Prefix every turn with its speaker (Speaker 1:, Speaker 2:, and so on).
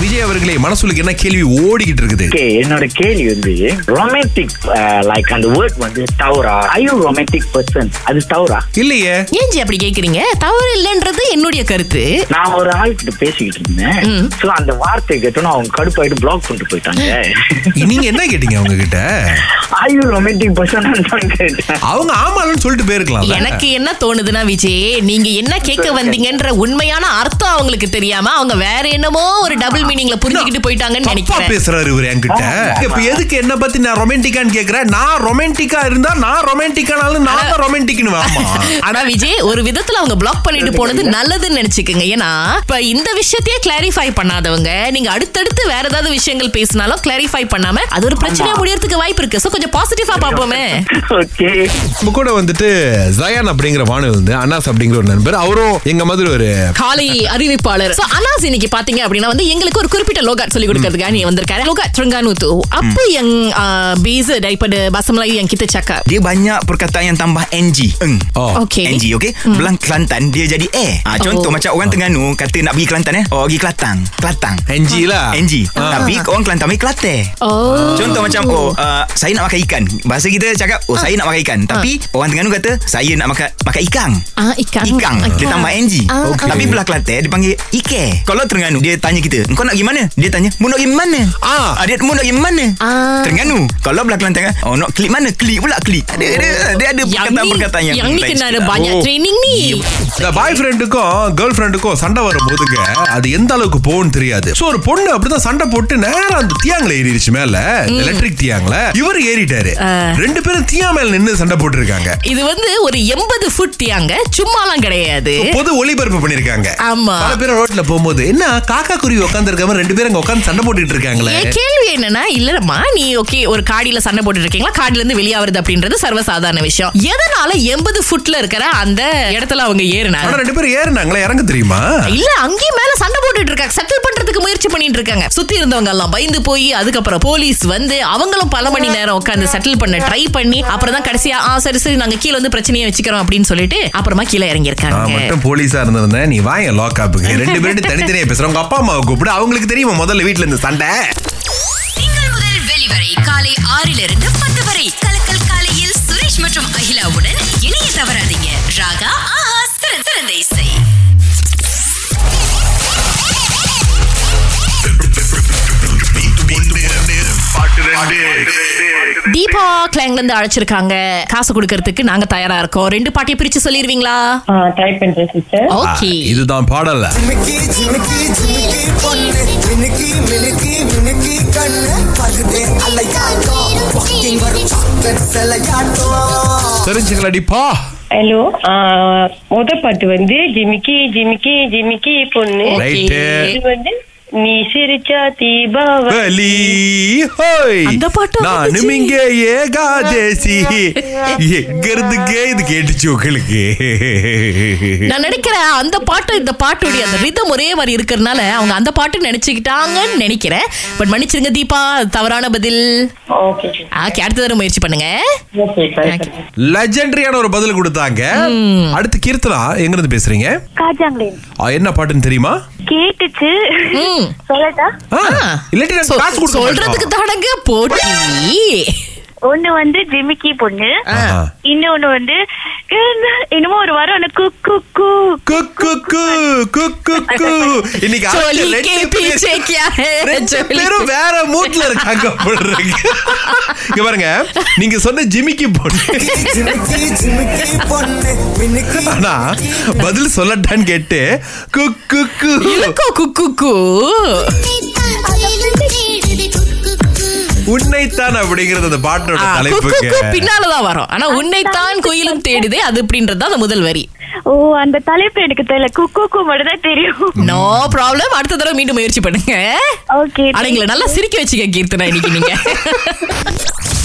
Speaker 1: விஜய் அவர்களே மனசுக்கு என்ன கேள்வி ஓடிக்கிட்டு இருக்குது
Speaker 2: ஓகே என்னோட கேள்வி வந்து ரொமான்டிக் லைக் அந்த வேர்ட் வந்து தவறா ஐ யூ ரொமான்டிக் பர்சன் அது தவறா
Speaker 1: இல்லையே
Speaker 3: ஏன் ஜி அப்படி கேக்குறீங்க தவறு இல்லைன்றது என்னுடைய கருத்து
Speaker 2: நான் ஒரு ஆள் கிட்ட பேசிக்கிட்டு இருந்தேன் சோ அந்த வார்த்தை கேட்டோன்னு அவங்க கடுப்பாயிட்டு பிளாக் பண்ணிட்டு போயிட்டாங்க
Speaker 1: நீங்க என்ன கேட்டீங்க அவங்க கிட்ட
Speaker 2: ஐ யூ ரொமான்டிக் பர்சன் தான் கேட்டேன்
Speaker 1: அவங்க ஆமாலன்னு சொல்லிட்டு போயிருக்கலாம்
Speaker 3: எனக்கு என்ன தோணுதுன்னா விஜய் நீங்க என்ன கேட்க வந்தீங்கன்ற உண்மையான அர்த்தம் அவங்களுக்கு தெரியாம அவங்க வேற என்னமோ ஒரு டபுள் மீனிங்ல புரிஞ்சுக்கிட்டு போயிட்டாங்கன்னு
Speaker 1: தப்பா
Speaker 3: நினைக்கிறேன்
Speaker 1: பேசுறாரு இவரு என்கிட்ட
Speaker 2: ஆமா.
Speaker 1: இப்ப எதுக்கு என்ன பத்தி நான் ரொமான்டிக்கான்னு கேக்குறேன் நான் ரொமான்டிக்கா இருந்தா நான் ரொமான்டிக்கானாலும் நான் தான் ரொமான்டிக்னு ஆமா
Speaker 3: ஆனா விஜய் ஒரு விதத்துல அவங்க பிளாக் பண்ணிட்டு போனது நல்லதுன்னு நினைச்சுக்கோங்க ஏன்னா இப்ப இந்த விஷயத்தையே கிளாரிஃபை பண்ணாதவங்க நீங்க அடுத்தடுத்து வேற ஏதாவது விஷயங்கள் பேசினாலும் கிளாரிஃபை பண்ணாம அது ஒரு பிரச்சனையா முடியறதுக்கு வாய்ப்பு இருக்கு சோ கொஞ்சம் பாசிட்டிவா பாப்போமே
Speaker 2: ஓகே
Speaker 1: நம்ம கூட வந்துட்டு ஜயான் அப்படிங்கிற வானு வந்து அனாஸ் அப்படிங்கிற ஒரு நண்பர் அவரும் எங்க மாதிரி ஒரு
Speaker 3: காலை அறிவிப்பாளர் சோ அனாஸ் இன்னைக்கு பாத்தீங்க அப்படின்னா வந்து எங்களுக்கு ஒரு குறிப்பிட்ட லோகாட் சொல்லி கொடுக்கறதுக்காக நீ வந்திருக்காரு லோகாட் ட்ரங்கானூத்து அப்ப எங் பீஸ் டைப்படு பசமலாய் என் கிட்ட சக்கா
Speaker 4: Dia banyak perkataan yang tambah NG. Eng.
Speaker 1: Oh.
Speaker 3: Okay.
Speaker 4: NG, okay? Hmm. Belang Kelantan, dia jadi eh. Ah, contoh
Speaker 3: Oh.
Speaker 4: macam orang Terengganu kata nak pergi Kelantan eh. Oh, pergi Kelantan. Kelantan.
Speaker 1: NG lah
Speaker 4: NG. Tapi orang Kelantan panggil Kelate.
Speaker 3: ஓ
Speaker 4: Contoh macam oh uh, saya nak makan ikan. Bahasa kita cakap oh saya nak makan ikan. Tapi orang Terengganu kata saya nak makan makan ikan.
Speaker 3: Ah, ikan.
Speaker 4: Ikan. Dia tambah NG.
Speaker 3: Ah,
Speaker 1: Okey.
Speaker 4: Tapi belah Kelantan dia panggil ike. Kalau Terengganu dia tanya kita, "Engkau nak pergi mana?" Dia tanya, "Mu nak pergi mana?"
Speaker 1: Ah.
Speaker 4: Dia mu nak pergi mana?
Speaker 3: Ah.
Speaker 4: Terengganu. Kalau belah Kelantan oh nak klik mana? Klik pula klik. Dia dia, dia ada
Speaker 3: yang ni,
Speaker 4: perkataan-perkataan yang
Speaker 3: yang ni
Speaker 4: lain
Speaker 3: kena ada
Speaker 4: sikit lah.
Speaker 3: banyak
Speaker 1: Oh.
Speaker 3: training ni.
Speaker 1: இந்த boy ஃப்ரெண்டுக்கும் girl ஃப்ரெண்டுக்கும் சண்டை வரும்போதுங்க அது எந்த அளவுக்கு போகும்னு தெரியாது so ஒரு பொண்ணு அப்படிதான் சண்டை போட்டு நேரம் அந்த தியாங்கில ஏறிடுச்சு மேல எலக்ட்ரிக் தியாங்கில இவர் ஏறிட்டாரு ரெண்டு பேரும் தியா மேல நின்னு சண்டை போட்டிருக்காங்க
Speaker 3: இது வந்து ஒரு எண்பது ஃபுட் தியாங்க சும்மாலாம் கிடையாது
Speaker 1: பொது ஒளிபரப்பு பண்ணிருக்காங்க
Speaker 3: ஆமா.
Speaker 1: பல பேர் ரோட்ல போகும்போது என்ன காக்கா குருவி உட்கார்ந்து இருக்காம ரெண்டு பேரும் உட்காந்து சண்டை போட்டுட்டு இருக்காங்களே
Speaker 3: என் கேள்வி என்னன்னா இல்லம்மா நீ ஓகே ஒரு காடியில சண்டை போட்டுட்டு இருக்கீங்களா காடில இருந்து வெளியே வருது அப்படின்றது சர்வசாதாரண விஷயம் எதனால எண்பது ஃபுட்ல இருக்கிற அந்த இடத்துல அவங்க ஏறினாங்க
Speaker 1: ஆனா ரெண்டு பேரும் ஏறினாங்களே இறங்க தெரியுமா
Speaker 3: இல்ல அங்கேயும் மேல சண்டை போட்டுட்டு இருக்காங்க செட்டில் பண்றதுக்கு முயற்சி பண்ணிட்டு இருக்காங்க சுத்தி இருந்தவங்க எல்லாம் பயந்து போய் அதுக்கப்புறம் போலீஸ் வந்து அவங்களும் பல மணி நேரம் உட்காந்து செட்டில் பண்ண ட்ரை பண்ணி அப்புறம் தான் கடைசியா ஆ சரி சரி நாங்க கீழே வந்து பிரச்சனையை வச்சுக்கிறோம் அப்படின்னு சொல்லிட்டு அப்புறமா கீழே இறங்கி
Speaker 1: நான்
Speaker 3: இருக்காங்க
Speaker 1: மட்டும் போலீஸா இருந்திருந்தேன் நீ வாங்க லாக்அப்புக்கு ரெண்டு பேரும் தனித்தனியா பேசுறேன் உங்க அப்பா அம்மாவை கூப்பிடு அவங்களுக்கு தெரியுமா முதல்ல வீட்ல இருந்து சண்டை
Speaker 5: திங்கள் முதல் வெளிவரை காலை ஆறிலிருந்து பத்து வரை கலக்கல் காலையில் சுரேஷ் மற்றும் அகிலாவுடன் இணைய தவறாதீங்க ராகா ஆஹா சிறந்த சிறந்த இசை
Speaker 3: தீபா கிளாங்ல இருந்து அழைச்சிருக்காங்க காசு கொடுக்கறதுக்கு நாங்க தயாரா இருக்கோம் ரெண்டு பாட்டியை பிரிச்சு சொல்லிருவீங்களா
Speaker 6: ட்ரை பண்றேன் சிஸ்டர்
Speaker 3: ஓகே
Speaker 1: இதுதான் பாடல
Speaker 7: ஜிமிக்கி ஜிமிக்கி ஜிமிக்கி பொண்ணு மினுக்கி மினுக்கி மினுக்கி கண்ணு பழுது அலையாட்டம் வாக்கிங் வரும் சாக்லேட் செலையாட்டம்
Speaker 1: தெரிஞ்சுங்களா பா
Speaker 6: ஹலோ முத பாட்டு வந்து ஜிமிக்கி ஜிமிக்கி ஜிமிக்கி பொண்ணு
Speaker 1: ரைட்டு
Speaker 6: இது வந்து நீ சிரிச்சா தீபாவளி
Speaker 1: பலி ஹோய்
Speaker 3: அந்த பாட்டா
Speaker 1: நானும்
Speaker 3: வந்துச்சு?
Speaker 1: இங்கே ஏகாதேசி எங்க இருந்துக்கே இது கேட்டுச்சு உங்களுக்கு
Speaker 3: நான் நினைக்கிறேன் அந்த பாட்டு இந்த பாட்டுடைய அந்த ரிதம் ஒரே மாதிரி இருக்கிறதுனால அவங்க அந்த பாட்டு நினைச்சுக்கிட்டாங்கன்னு நினைக்கிறேன் பட் மன்னிச்சிருங்க தீபா அது தவறான பதில்
Speaker 6: ஓகே
Speaker 3: ஓகே அடுத்த தடவை முயற்சி பண்ணுங்க
Speaker 6: ஓகே ட்ரை பண்றேன்
Speaker 1: லெஜெண்டரியான ஒரு பதில் கொடுத்தாங்க அடுத்து கீர்த்தனா எங்க இருந்து பேசுறீங்க
Speaker 8: காஜாங்களேன்
Speaker 1: ஆ, என்ன பாட்டுன்னு தெரியுமா
Speaker 8: கேட்டுச்சு
Speaker 3: ம்.
Speaker 8: சொல்லட்டா
Speaker 1: ஆ, இல்லாட்டி நான்
Speaker 3: சொல்-
Speaker 1: காசு கொடுக்க
Speaker 3: சொல்றதுக்கு
Speaker 1: மாட்டோம்.
Speaker 3: தானங்க போட்டி
Speaker 8: ஒண்ணு வந்து ஜிமிக்கி பொண்ணு
Speaker 1: ஆஹா.
Speaker 8: இன்னொன்னு வந்து என்னமோ ஒரு வாரம் அந்த குக் குக் கூ
Speaker 1: குக்கு கு, குக்கு கு. இன்னைக்கு
Speaker 3: சோலி
Speaker 1: ஆட்கள்
Speaker 3: கே
Speaker 1: ரெண்டு
Speaker 3: பீச்சே
Speaker 1: பேர்
Speaker 3: கியா ஹே
Speaker 1: ரெண்டு
Speaker 3: சோலி
Speaker 1: பேரும் வேற மூட்ல இருக்காங்க போல இருக்கு. இங்க பாருங்க நீங்க சொன்ன ஜிமிக்கி பொண்ணு
Speaker 7: ஜிமிக்கி ஜிமிக்கி பொண்ணு மினுக்கி
Speaker 1: ஆனா பதில் சொல்லட்டான்னு கேட்டு குக்கு கு.
Speaker 3: இருக்கோ குக்கு
Speaker 1: உன்னைத்தான் அப்படிங்கறது அந்த பாட்டோட தலைப்புக்கு
Speaker 3: பின்னாலதான் வரும் ஆனா உன்னைத்தான் கோயிலும் தேடுதே அது அப்படின்றது அந்த முதல் வரி
Speaker 8: ஓ அந்த தலைப்பு எனக்கு தெரியல குக்கு கூ மட்டும் தான் தெரியும்
Speaker 3: நோ ப்ராப்ளம் அடுத்த தடவை மீண்டும் முயற்சி பண்ணுங்க
Speaker 8: ஓகே
Speaker 3: அடைங்கள நல்லா சிரிக்க வச்சுக்க கீர்த்தனா இன்னைக்கு நீங்க